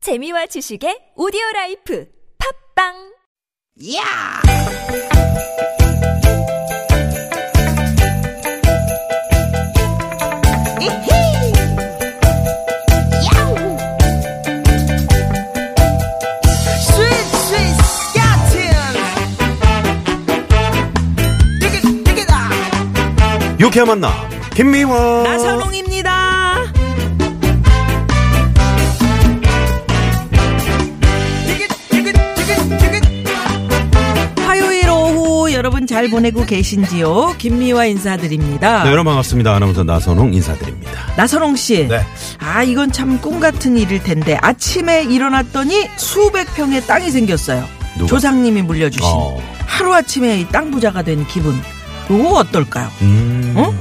재미와 지식의 오디오 라이프 팝빵 야! 이히! 야우! 스윗, 스윗, 야틴! 디귿, 디귿아! 유쾌한 만남 김미화 나선홍입니다! 디귿, 디귿, 디귿, 디귿! 화요일 오후 여러분 잘 보내고 계신지요? 김미화 인사드립니다. 네, 여러분 반갑습니다 아나운서 나선홍 인사드립니다 나선홍 씨. 네. 아, 이건 참 꿈 같은 일일 텐데 아침에 일어났더니 수백 평의 땅이 생겼어요. 누가? 조상님이 물려주신 어. 하루아침에 이땅 부자가 된 기분. 요거 어떨까요? 음, 응?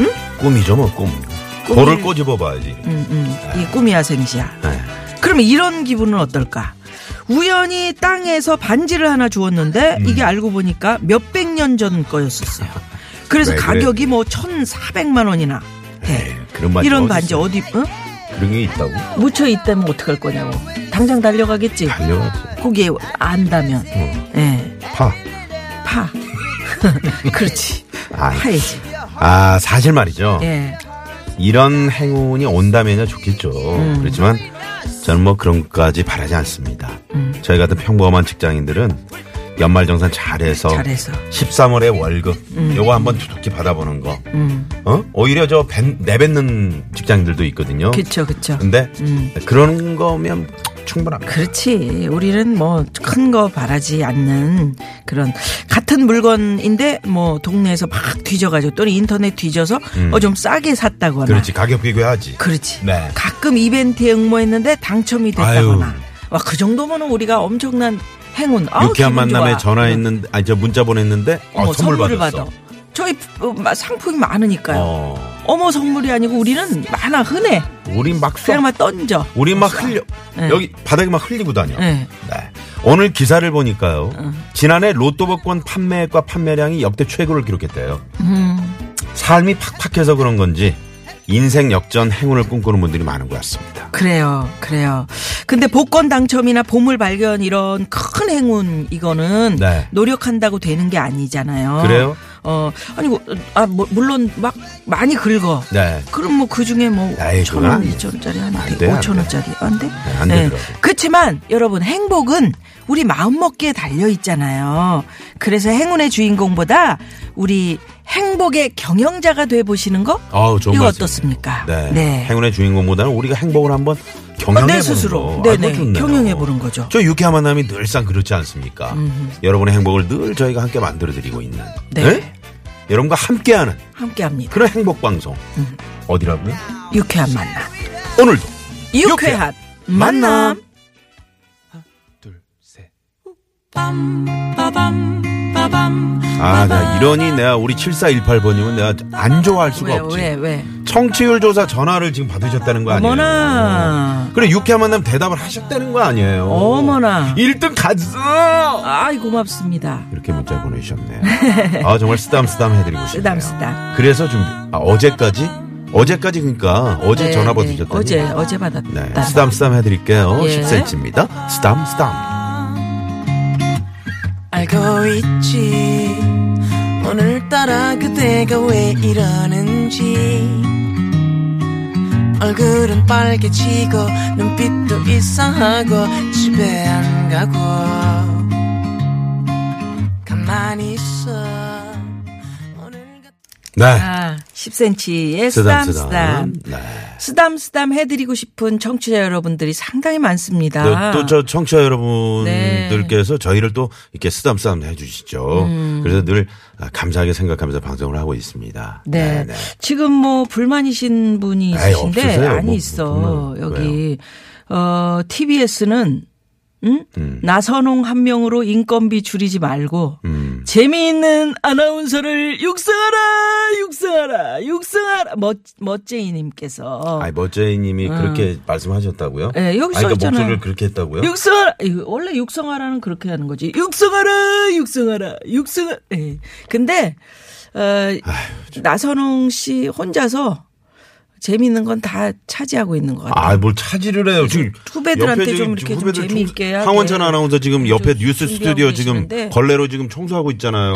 응. 꿈이죠 뭐꿈 꿈이- 볼을 꼬집어 봐야지 음, 음. 이 꿈이야 생시야. 네. 그럼 이런 기분은 어떨까? 우연히 땅에서 반지를 하나 주었는데 음. 이게 알고 보니까 몇백 년 전 거였었어요. 그래서 왜 네. 그래? 가격이 뭐 1,400만 원이나 해. 그런 반지 네. 이런 어디 반지 있어요? 어디 응? 그런 게 있다고 묻혀 있다면 어떡할 거냐고. 당장 달려가겠지. 달려가지 어. 거기에 안다면. 예. 파. 파. 그렇지. 아, 파야지. 아 사실 말이죠 예. 이런 행운이 온다면야 좋겠죠 음. 그렇지만 저는 뭐 그런 것까지 바라지 않습니다 음. 저희 같은 평범한 직장인들은 연말정산 잘해서 잘해서. 13월에 월급 음. 요거 한번 두둑히 받아보는 거 어? 오히려 저 뱉- 내뱉는 직장인들도 있거든요 그쵸, 그쵸. 근데 음. 그런 거면 충분합니다. 그렇지. 우리는 뭐 큰 거 바라지 않는 그런 같은 물건인데 뭐 동네에서 막 뒤져가지고 또는 인터넷 뒤져서 어 좀 싸게 음. 샀다거나. 그렇지 가격 비교해야지. 그렇지. 네. 가끔 이벤트에 응모했는데 당첨이 됐다거나. 아유. 와 그 정도면 우리가 엄청난 행운. 아우, 유쾌한 기분 만남에 좋아. 전화했는데 아니 저 문자 보냈는데 어, 어머, 선물 선물을 받았어. 받아. 저희 어, 마- 상품이 많으니까요. 어. 어. 머 선물이 아니고 우리는 많아 흔해. 우리 막 써. 그냥 막 던져. 우리 막 흘려 네. 여기 바닥에 막 흘리고 다녀. 네. 어. 네. 오늘 기사를 보니까요. 지난해 로또 복권 판매액과 판매량이 역대 최고를 기록했대요. 음. 삶이 팍팍해서 그런 건지 인생 역전 행운을 꿈꾸는 분들이 많은 것 같습니다. 그래요, 그래요. 근데 복권 당첨이나 보물 발견 이런 큰 행운 이거는 네. 노력한다고 되는 게 아니잖아요. 그래요? 어 아니고 아 뭐, 물론 막 많이 긁어. 네. 그럼 뭐 그 중에 뭐 에이, 천 그건 원, 안 돼. 이천 원짜리 하나, 안 돼, 안 오천 돼. 원짜리 안 돼? 안 네. 되더라고. 그렇지만 여러분 행복은 우리 마음 먹기에 달려 있잖아요. 그래서 행운의 주인공보다 우리 행복의 경영자가 돼 보시는 거 아우 좋은 이거 말씀. 어떻습니까? 네. 행운의 주인공보다는 우리가 행복을 한번 경영해 아, 보는 내 스스로 거. 아, 그거 네네 좋네요. 경영해 보는 거죠. 저 유쾌한 만남이 늘상 그렇지 않습니까? 여러분의 행복을 늘 저희가 함께 만들어 드리고 있는. 네. 여러분과 함께하는 함께합니다. 그런 행복 방송. 음. 어디라고요? 유쾌한 만남. 오늘도 유쾌한 만남. 둘, 셋. 아, 나 이러니 내가 우리 7418번님은 내가 안 좋아할 수가 왜 없지. 왜 왜? 청취율 조사 전화를 지금 받으셨다는 거 아니에요? 어머나. 그래 유쾌한 만남 대답을 하셨다는 거 아니에요? 어머나. 1등 갔어. 아이 고맙습니다. 이렇게 문자 보내주셨네요. 아 정말 쓰담 쓰담 해드리고 싶네요. 쓰담 쓰담. 그래서 준비. 아 어제까지 어제까지 그러니까 어제 네, 전화 네. 받으셨더니 어제 어제 받았다. 네 쓰담 쓰담 해드릴게요. 예. 10cm입니다. 쓰담 쓰담. 알고 있지 오늘따라 그대가 왜 이러는지 얼굴은 빨개지고 눈빛도 이상하고 집에 안 가고 가만히 있어 오늘 같- 네. 아, 10cm의 쓰담 쓰담. 쓰담 쓰담. 네. 쓰담 쓰담 해드리고 싶은 청취자 여러분들이 상당히 네, 많습니다. 또 저 청취자 여러분들께서 네. 저희를 또 이렇게 쓰담 쓰담 해주시죠. 음. 그래서 늘 아, 감사하게 생각하면서 방송을 하고 있습니다. 네. 지금 뭐 불만이신 분이 에이, 있으신데 없으세요. 아니 뭐, 있어. 물론. 여기 어 TBS는 응? 음. 나선홍 한 명으로 인건비 줄이지 말고 음. 재미있는 아나운서를 육성하라 육성하라 육성하라 멋 멋쟁이님께서 아니 멋쟁이님이 그렇게 말씀하셨다고요? 예, 어. 아니, 여기 써 그러니까 있잖아요. 목소리를 그렇게 했다고요? 육성하라 이거 그 원래 육성하라는 그렇게 하는 거지 육성하라 육성하라 육성 예. 근데 어, 나선홍 씨 혼자서 재미있는 건 다 차지하고 있는 것 같아요. 아, 뭘 차지를 해요. 지금 후배들한테 옆에 좀 지금 이렇게 좀 후배들 재미있게 해야 황원찬 돼요. 아나운서 지금 옆에 좀 뉴스 스튜디오 준비하고 지금 계시는데. 걸레로 지금 청소하고 있잖아요.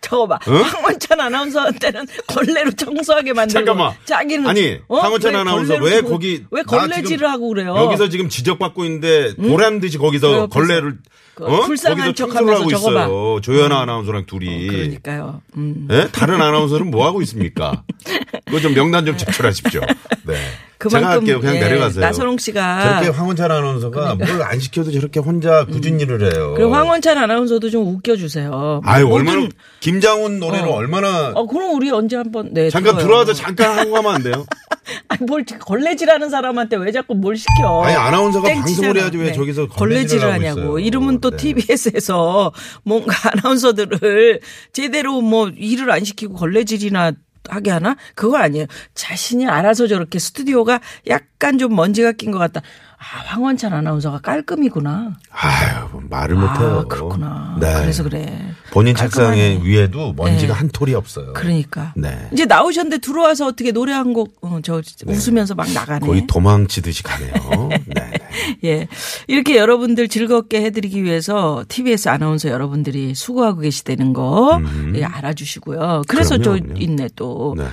저거 봐. 황원찬 아나운서한테는 걸레로 청소하게 만들고 네, 잠깐만. 자기는 아니, 뭐, 어? 황원찬 왜 아나운서 걸레로 왜 지금- 거기 왜 나 걸레질을 지금 하고 그래요? 여기서 지금 지적받고 있는데 보란 듯이 그 거기서 옆에서 걸레를 그 어? 불쌍한 거기서 척 청소를 하고 하면서 저거 봐. 어, 있어요. 조현아 아나운서랑 둘이. 그러니까요. 음. 예? 다른 아나운서는 뭐 하고 있습니까? 그거 좀 명단 좀 제출하십시오. 네. 제가 할게요. 그냥 예, 아. 내려가세요. 나선홍 씨가 저렇게 황원찬 아나운서가 뭘 안 시켜도 저렇게 혼자 굳은 일을 해요. 음. 그리고 황원찬 아나운서도 좀 웃겨주세요. 아유, 모든- 얼마나, 김장훈 노래를 어. 얼마나. 어 그럼 우리 언제 한번 네 잠깐 들어요. 들어와서 잠깐 하고 가면 안 돼요? 아니 뭘 지금 걸레질하는 사람한테 왜 자꾸 뭘 시켜? 아니, 아나운서가 땡치잖아. 방송을 해야지 왜 저기서 걸레질을 하고 있어요. 이러면 또 네. TBS에서 뭔가 아나운서들을 제대로 뭐 일을 안 시키고 걸레질이나 하게 하나? 그거 아니에요. 자신이 알아서 저렇게 스튜디오가 약간 좀 먼지가 낀 것 같다. 아 황원찬 아나운서가 깔끔이구나. 아유, 뭐 말을 못해요. 아 그렇구나. 네. 그래서 그래. 본인 깔끔하네. 책상에 위에도 먼지가 네. 한 톨이 없어요. 그러니까. 네. 이제 나오셨는데 들어와서 어떻게 노래 한 곡, 어, 저 진짜 웃으면서 막 나가네. 거의 도망치듯이 가네요. 네. 예. 이렇게 여러분들 즐겁게 해드리기 위해서 TBS 아나운서 여러분들이 수고하고 계시다는 거 예, 알아주시고요. 그래서 음. 그럼요, 저 그럼요. 있네 또. 네.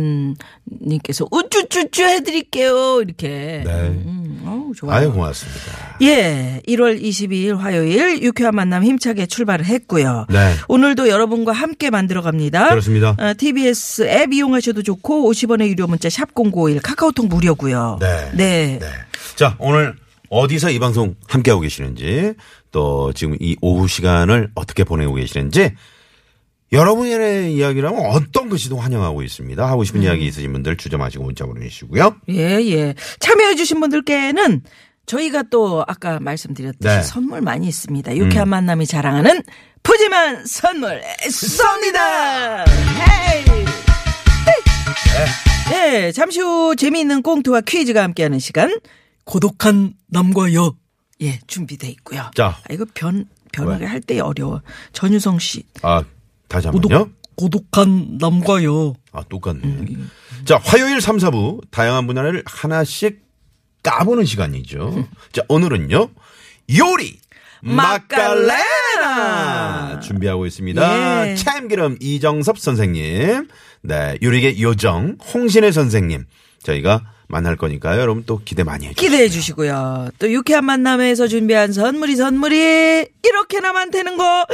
HHN님께서 우쭈쭈쭈 해드릴게요. 이렇게. 네. 음, 어우, 좋아요. 아유, 고맙습니다. 예, 1월 22일 화요일 유쾌한 만남 힘차게 출발을 했고요. 네. 오늘도 여러분과 함께 만들어 갑니다. 그렇습니다. 어, TBS 앱 이용하셔도 좋고 50원의 유료 문자 샵 051, 카카오톡 무료고요. 네. 네. 네. 자, 오늘 어디서 이 방송 함께하고 계시는지 또 지금 이 오후 시간을 어떻게 보내고 계시는지 여러분의 이야기라면 어떤 것이든 환영하고 있습니다. 하고 음. 싶은 이야기 있으신 분들 주저마시고 문자 보내주시고요. 예, 예. 참여해주신 분들께는 저희가 또 아까 말씀드렸듯이 네. 음. 선물 많이 있습니다. 유쾌한 만남이 자랑하는 푸짐한 선물 쏩니다! 헤이! 네, 잠시 후 재미있는 꽁트와 퀴즈가 함께하는 시간. 고독한 남과 여. 예, 준비돼 있고요. 자. 아, 이거 변, 변하게 왜? 할 때 어려워. 전유성 씨. 아, 다시 한 번요. 고독, 고독한 남과 여. 아, 똑같네. 음, 자, 화요일 3, 4부 다양한 분야를 하나씩 까보는 시간이죠. 자, 오늘은요. 요리 마카레나! 마카레나 준비하고 있습니다. 예. 참기름 이정섭 선생님. 네, 요리계 요정 홍신혜 선생님. 저희가 만날 거니까요. 여러분 또 기대 많이 해 주세요. 기대해 주시고요. 또 유쾌한 만남에서 준비한 선물이 선물이 이렇게 나만 되는 거.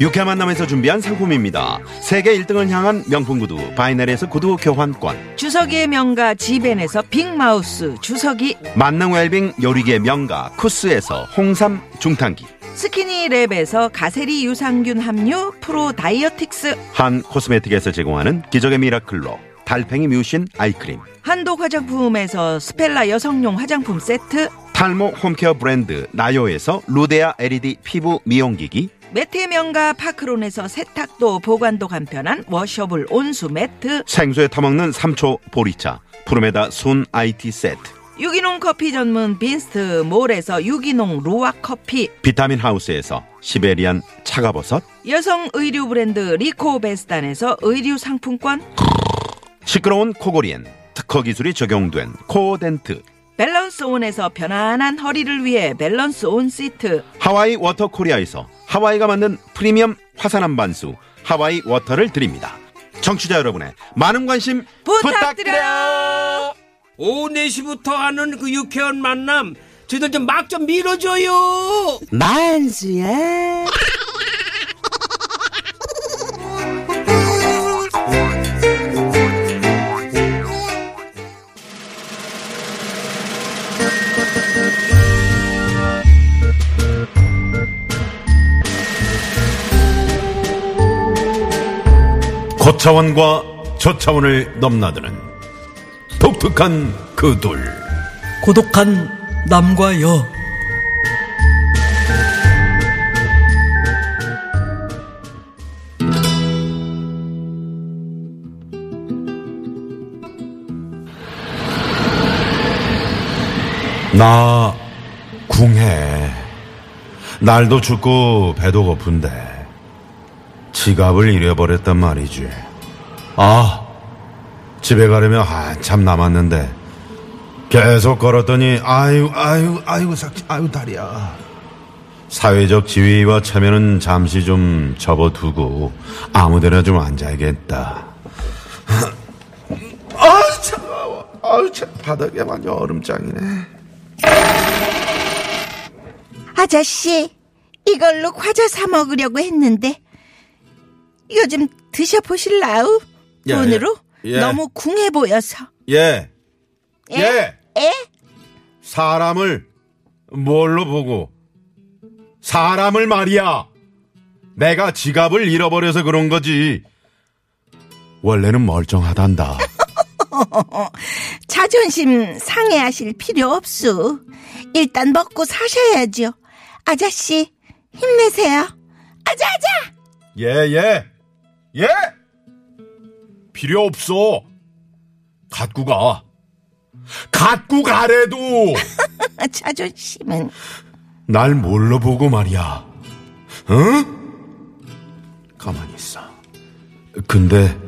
유쾌 만남에서 준비한 상품입니다. 세계 1등을 향한 명품 구두 바이넬에서 구두 교환권. 주석이의 명가 지벤에서 빅마우스 주석이 만능 웰빙 요리계 명가 쿠스에서 홍삼 중탕기. 스키니랩에서 가세리 유산균 함유 프로 다이어틱스 한 코스메틱에서 제공하는 기적의 미라클로 달팽이 뮤신 아이크림 한독 화장품에서 스펠라 여성용 화장품 세트 탈모 홈케어 브랜드 나요에서 루데아 LED 피부 미용기기 매트의 명가 파크론에서 세탁도 보관도 간편한 워셔블 온수 매트 생수에 타먹는 삼초 보리차 푸르메다 순 IT 세트 유기농 커피 전문 빈스트 몰에서 유기농 루아 커피 비타민 하우스에서 시베리안 차가버섯 여성 의류 브랜드 리코베스탄에서 의류 상품권, 시끄러운 코골이엔 특허 기술이 적용된 코어덴트 밸런스 온에서 편안한 허리를 위해 밸런스 온 시트, 하와이 워터 코리아에서 하와이가 만든 프리미엄 화산 한반수 하와이 워터를 드립니다 청취자 여러분의 많은 관심 부탁드려요. 오후 4시부터 하는 그 유쾌한 만남 저희들 좀 막 좀 밀어줘요 고차원과 저차원을 넘나드는 독특한 그둘 고독한 남과 여. 나 궁해 날도 춥고 배도 고픈데 지갑을 잃어버렸단 말이지. 아, 집에 가려면 한참 남았는데 계속 걸었더니 아유 아유 아유 삭지 아유 다리야. 사회적 지위와 참여는 잠시 좀 접어두고 아무데나 좀 앉아야겠다. 아유 차가워. 아유 차 바닥에 완전 얼음장이네. 아저씨, 이걸로 과자 사 먹으려고 했는데 이거 좀 드셔보실라우? 예, 돈으로? 예. 너무 궁해 보여서. 예. 예. 예? 사람을 뭘로 보고 사람을 말이야. 내가 지갑을 잃어버려서 그런 거지. 원래는 멀쩡하단다. 자존심 상해하실 필요 없수. 일단 먹고 사셔야죠. 아저씨, 힘내세요. 아자, 아자! 예, 예. 예. 필요 없어. 갖고 가. 갖고 가래도 자존심은. 날 뭘로 보고 말이야. 응? 가만히 있어. 근데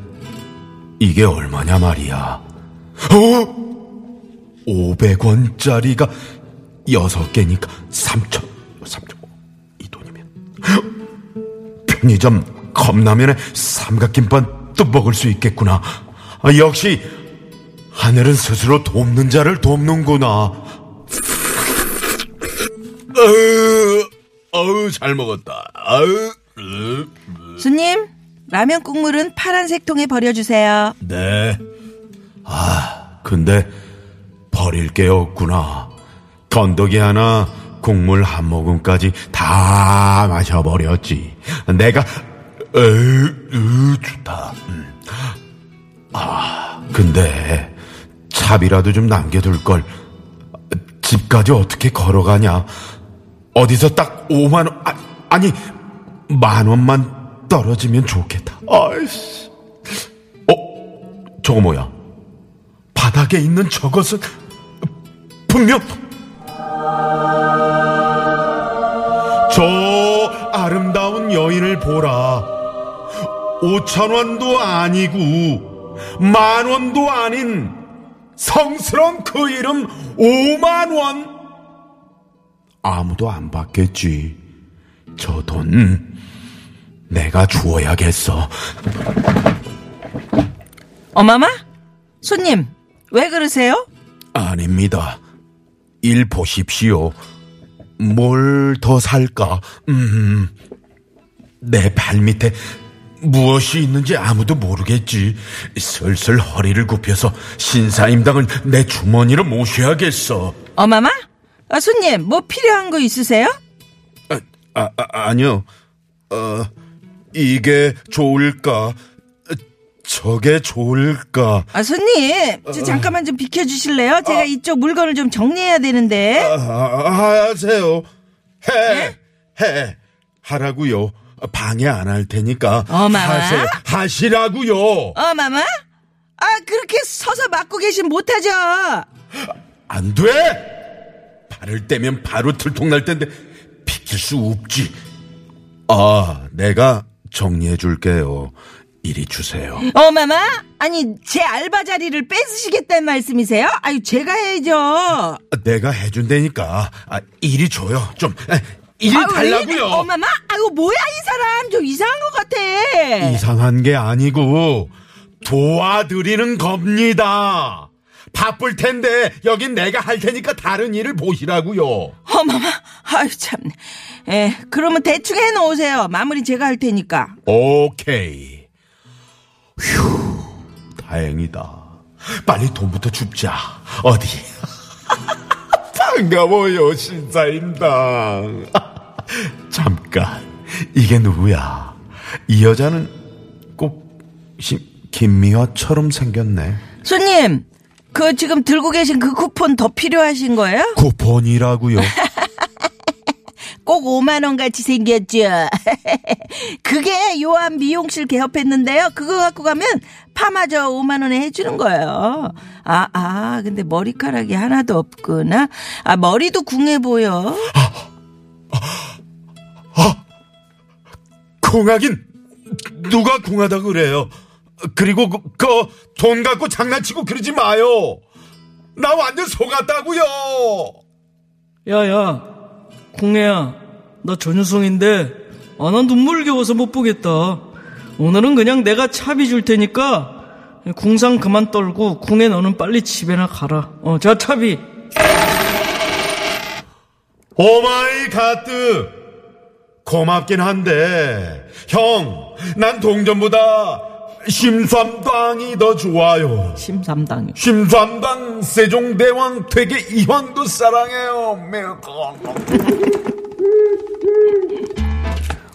이게 얼마냐 말이야. 어? 500원짜리가 여섯 개니까 3천, 3천, 이 돈이면. 편의점 컵라면에 삼각김밥도 먹을 수 있겠구나. 아, 역시 하늘은 스스로 돕는 자를 돕는구나. 어우, 어우, 잘 먹었다. 아유, 으, 손님, 라면 국물은 파란색 통에 버려주세요. 네. 아, 근데 버릴 게 없구나. 건더기 하나, 국물 한 모금까지 다 마셔버렸지. 내가, 에이, 으, 좋다. 음. 아, 근데 차비라도 좀 남겨둘 걸. 집까지 어떻게 걸어가냐? 어디서 딱 5만 원, 아, 아니, 만 원만 떨어지면 좋겠다. 아이씨. 어? 저거 뭐야? 바닥에 있는 저것은 분명 저 아름다운 여인을 보라. 오천 원도 아니고 만 원도 아닌 성스러운 그 이름 오만 원. 아무도 안 받겠지. 저 돈 내가 주어야겠어. 어마마? 손님, 왜 그러세요? 아닙니다. 일 보십시오. 뭘 더 살까? 음, 내 발밑에 무엇이 있는지 아무도 모르겠지. 슬슬 허리를 굽혀서 신사임당을 내 주머니로 모셔야겠어. 어마마? 아, 손님, 뭐 필요한 거 있으세요? 아, 아, 아, 아니요. 어, 이게 좋을까? 저게 좋을까? 아, 손님, 저 잠깐만 좀 비켜주실래요? 어. 제가 이쪽 물건을 좀 정리해야 되는데. 아, 하세요. 해, 예? 해. 하라고요. 방해 안 할 테니까. 어마마. 하세요. 하시라고요. 어마마? 아, 그렇게 서서 막고 계신 못하죠? 안 돼. 발을 떼면 바로 들통날 텐데 비킬 수 없지. 아, 내가 정리해 줄게요. 이리 주세요. 어마마? 아니, 제 알바 자리를 뺏으시겠다는 말씀이세요? 아유, 제가 해야죠. 내가 해준다니까. 아, 이리 줘요. 좀 아, 이리 아유, 왜 이래? 달라고요. 어마마? 아유, 뭐야, 이 사람. 좀 이상한 것 같아. 네. 이상한 게 아니고 도와드리는 겁니다. 바쁠 텐데 여긴 내가 할 테니까 다른 일을 보시라고요. 어마마? 아유, 참. 예, 그러면 대충 해놓으세요. 마무리 제가 할 테니까. 오케이. 휴, 다행이다. 빨리 돈부터 줍자. 어디? 반가워요, 신사임당. 잠깐, 이게 누구야? 이 여자는 꼭 심, 김미화처럼 생겼네. 손님, 그 지금 들고 계신 그 쿠폰 더 필요하신 거예요? 쿠폰이라고요. 꼭 5만 원 같이 생겼죠. 그게 요한 미용실 개업했는데요. 그거 갖고 가면 파마저 5만 원에 해주는 거예요. 아, 아, 근데 머리카락이 하나도 없구나. 아, 머리도 궁해 보여. 콩하긴 누가 궁하다 그래요? 그리고 그, 그거 돈 갖고 장난치고 그러지 마요. 나 완전 속았다고요. 야야 공혜야 나 전유성인데 아 난 눈물 겨워서 못 보겠다 오늘은 그냥 내가 차비 줄 테니까 궁상 그만 떨고 궁혜 너는 빨리 집에나 가라 어자 차비 오마이 가뜨 고맙긴 한데 형 난 동전보다 심삼당이 더 좋아요. 심삼당이 심삼당 세종대왕 퇴계 이황도 사랑해요.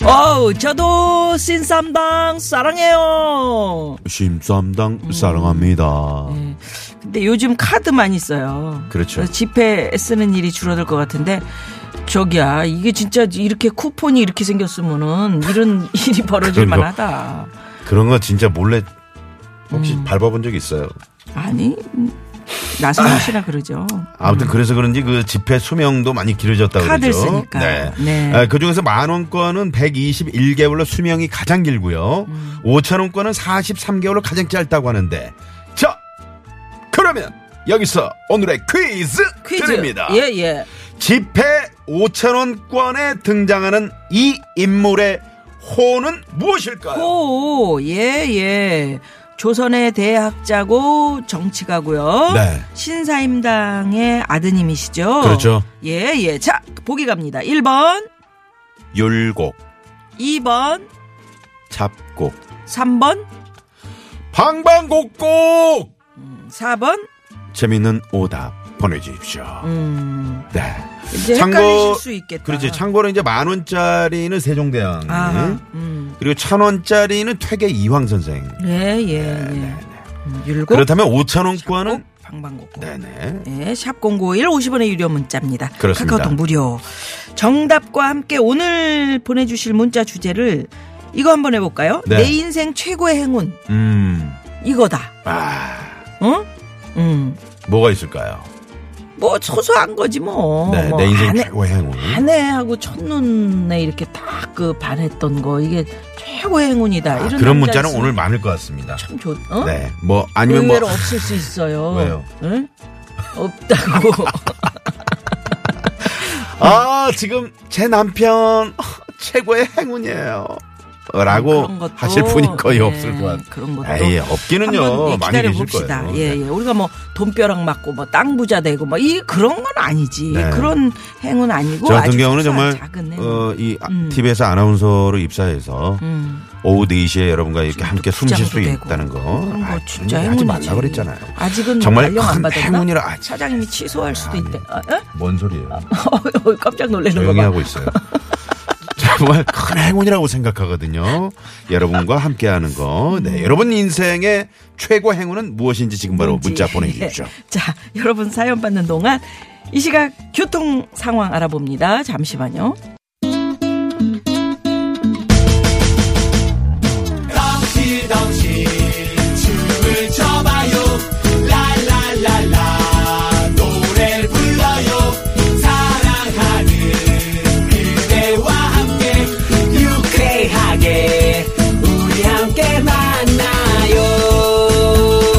어우 저도 신삼당 사랑해요 심삼당 사랑합니다. 근데 요즘 카드 많이 써요. 그렇죠. 그래서 지폐 쓰는 일이 줄어들 것 같은데 저기야 이게 진짜 이렇게 쿠폰이 이렇게 생겼으면은 이런 일이 벌어질 그럼요. 만하다. 그런 거 진짜 몰래 혹시 음. 밟아본 적 있어요? 아니 음, 나선호 씨라 그러죠. 아무튼 그래서 그런지 그 지폐 수명도 많이 길어졌다고 카드를 그러죠. 쓰니까. 네. 네. 그 중에서 만 원권은 121개월로 수명이 가장 길고요. 음. 5천 원권은 43개월로 가장 짧다고 하는데. 자, 그러면 여기서 오늘의 퀴즈, 퀴즈. 드립니다. 예 예. 지폐 5천 원권에 등장하는 이 인물의 호는 무엇일까요? 호, 예, 예. 조선의 대학자고 정치가고요. 네. 신사임당의 아드님이시죠. 그렇죠. 예, 예. 자, 보기 갑니다. 1번, 율곡, 2번, 잡곡, 3번, 방방곡곡. 4번. 재밌는 오답 보내주십시오. 음. 네. 이제 헷갈리실 수 있겠다. 그렇지. 네. 참고로 이제 만 원짜리는 세종대왕. 아하, 음. 그리고 천 원짜리는 퇴계 이황 선생. 예, 예, 예. 음, 율곡. 네, 그렇다면 오천 원권은 꼭 방방곡곡. 네네. 네, 샵 051, 50원의 유료 문자입니다. 그렇습니다. 카카오톡 무료. 정답과 함께 오늘 보내주실 문자 주제를 이거 한번 해볼까요? 네. 내 인생 최고의 행운 음. 이거다. 아 어? 음, 뭐가 있을까요? 뭐 소소한 거지 뭐. 네. 뭐 내 인생 아내, 최고의 행운. 아내하고 첫눈에 이렇게 딱 그 반했던 거 이게 최고의 행운이다. 아, 이런 그런 남자 문자는 있으면 오늘 많을 것 같습니다. 참 좋. 어? 네. 뭐 아니면 뭐 의외로 없을 수 있어요. 왜요? 응? 없다고. 아, 지금 제 남편 최고의 행운이에요. 라고 그런 것도, 하실 분이 거의 예, 없을 것 같아요. 그런 것도 에이, 한번, 없기는요. 예, 많이 계실 기다려봅시다. 거예요. 네. 예, 예. 우리가 뭐 돈벼락 맞고 뭐 땅 부자 되고 뭐 이 그런 건 아니지. 네. 그런 행운 아니고 저뭐 아주 같은 경우는 소소한 정말 작은 음. 행운. 어, 이 아, TV에서 아나운서로 입사해서 오후 4시에 여러분과 이렇게 함께 숨 쉴 수 부장도 음. 되고. 있다는 거. 그런 거 아, 그런 얘기 진짜 하지 행운이지. 말라 그랬잖아요. 아직은 정말 발령 안 큰 받았나? 행운이라 아직- 사장님이 취소할 수도 있대. 아, 뭔 소리예요? 어? 깜짝 놀래는 거 조용히 봐. 하고 있어요. 정말 큰 행운이라고 생각하거든요. 여러분과 함께하는 거. 네, 여러분 인생의 최고 행운은 무엇인지 지금 바로 문자 보내주십시오. 예. 자, 여러분 사연 받는 동안 이 시각 교통 상황 알아봅니다. 잠시만요.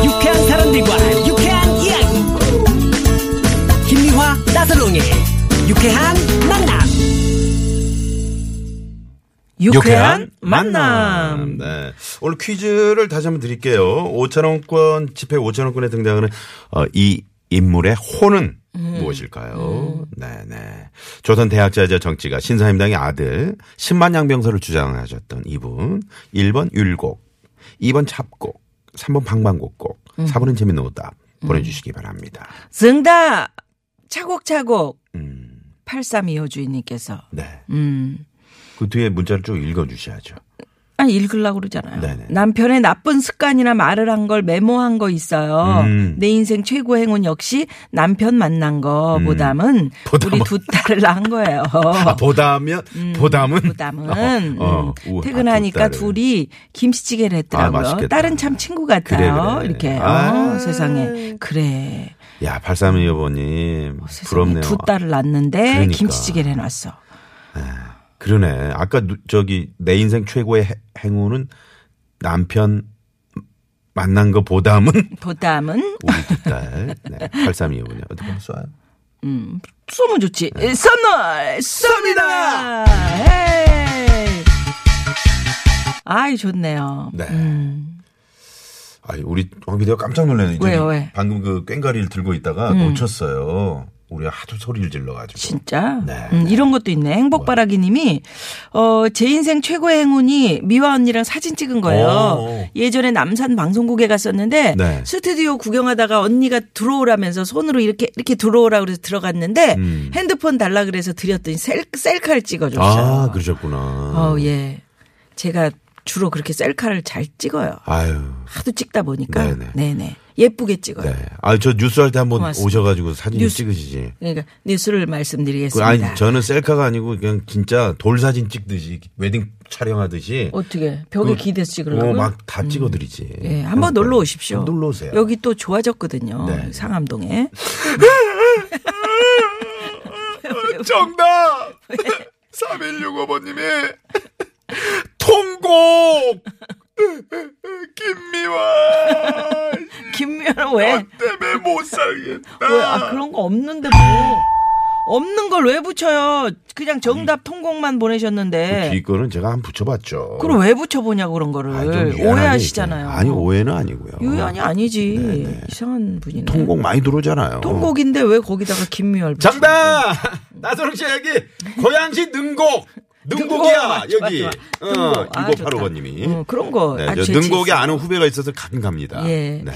유쾌한 사람들과 유쾌한 이야기 김미화 나선롱의 유쾌한 만남 유쾌한 만남. 네. 오늘 퀴즈를 다시 한번 드릴게요. 5천원권, 지폐 5천원권에 등장하는 어, 이 인물의 호는 음. 무엇일까요? 네네. 조선 대학자이자 정치가 신사임당의 아들 10만 양병서를 주장하셨던 이분. 1번 율곡, 2번 잡곡, 3번 방방곡곡, 음. 4번은 재밌는 오답 보내주시기 바랍니다. 정답 차곡차곡 음, 8325 주인님께서 네. 음. 그 뒤에 문자를 쭉 읽어주셔야죠. 아니 읽으려고 그러잖아요. 네네. 남편의 나쁜 습관이나 말을 한 걸 메모한 거 있어요. 음. 내 인생 최고 의 행운 역시 남편 만난 거보담은 음. 보담은. 우리 두 딸을 낳은 거예요. 아, 보다면, 음. 보담은? 부담은 음. 어, 어, 우와, 퇴근하니까 두 딸을. 둘이 김치찌개를 아, 했더라고요. 맛있겠다. 딸은 참 친구 같아요. 그래, 그래. 이렇게 아. 어, 세상에 그래 야, 8325번님. 음. 어, 세상에 부럽네요. 두 딸을 낳는데 그러니까. 김치찌개를 해놨어. 그러네. 아까 누- 저기 내 인생 최고의 해- 행운은 남편 만난 거 보담은 보담은 우리 두 딸. 네. 8325군요. 어떻게 보면 쏴요? 쏘면 좋지. 선물 쏩니다. 헤이. 아이 좋네요. 네. 아이, 우리 황 PD가 깜짝 놀랐네. 이제 음. 왜요, 왜? 방금 그 꽹가리를 들고 있다가 놓쳤어요. 우리가 하도 소리를 질러가지고. 진짜 네. 음, 이런 것도 있네. 행복바라기님이 어, 제 인생 최고의 행운이 미화 언니랑 사진 찍은 거예요. 오. 예전에 남산 방송국에 갔었는데 네. 스튜디오 구경하다가 언니가 들어오라면서 손으로 이렇게 이렇게 들어오라 그래서 들어갔는데 음. 핸드폰 달라 그래서 드렸더니 셀, 셀카를 찍어줬어요. 아, 그러셨구나. 어, 예. 제가 주로 그렇게 셀카를 잘 찍어요. 아유. 하도 찍다 보니까 네네. 네네. 예쁘게 찍어요. 네. 아, 저 뉴스 할 때 한번 고맙습니다. 오셔가지고 사진 을 뉴스. 찍으시지. 그러니까 뉴스를 그, 말씀드리겠습니다. 아니, 저는 셀카가 아니고 그냥 진짜 돌 사진 찍듯이 웨딩 촬영하듯이. 뭐 어떻게 벽에 기대서 찍으려고? 그, 막 다 찍어드리지. 음. 어, 예, 한번 놀러 오십시오. 놀러 오세요. 여기 또 좋아졌거든요. 네. 상암동에. 정답! 3165번님이 통곡! 김미화! 김미연 왜? 때문에 못 살겠다. 왜? 아 그런 거 없는데 뭐. 없는 걸 왜 붙여요? 그냥 정답 통곡만 보내셨는데. 뒤 거는 제가 한 붙여봤죠. 그걸 왜 붙여보냐고 그런 거를 그 아니, 좀 유연하게 오해하시잖아요. 이제. 아니, 오해는 아니고요. 유연이 아니지. 이상한 분이네. 통곡 많이 들어오잖아요. 인데왜 거기다가 김미열? 붙여? 정답! 나선홍 씨 여기 고양시 능곡! 능곡, 능곡이야, 맞죠, 여기. 맞죠, 맞죠. 어, 능곡. 아, 좋다. 6585번님이. 어, 그런 거 네, 아주 저 재치 능곡에 있어요. 아는 후배가 있어서 가끔 갑니다. 예. 네.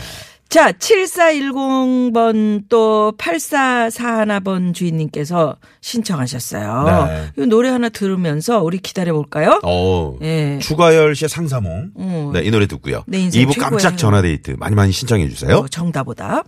자, 7410번 또 8441번 주인님께서 신청하셨어요. 네. 이 노래 하나 들으면서 우리 기다려볼까요? 어. 예. 추가열 씨의 상사몽. 음. 네, 이 노래 듣고요. 내 인생 2부 최고의 깜짝 행운. 전화데이트 많이 많이 신청해 주세요. 어, 정답보다.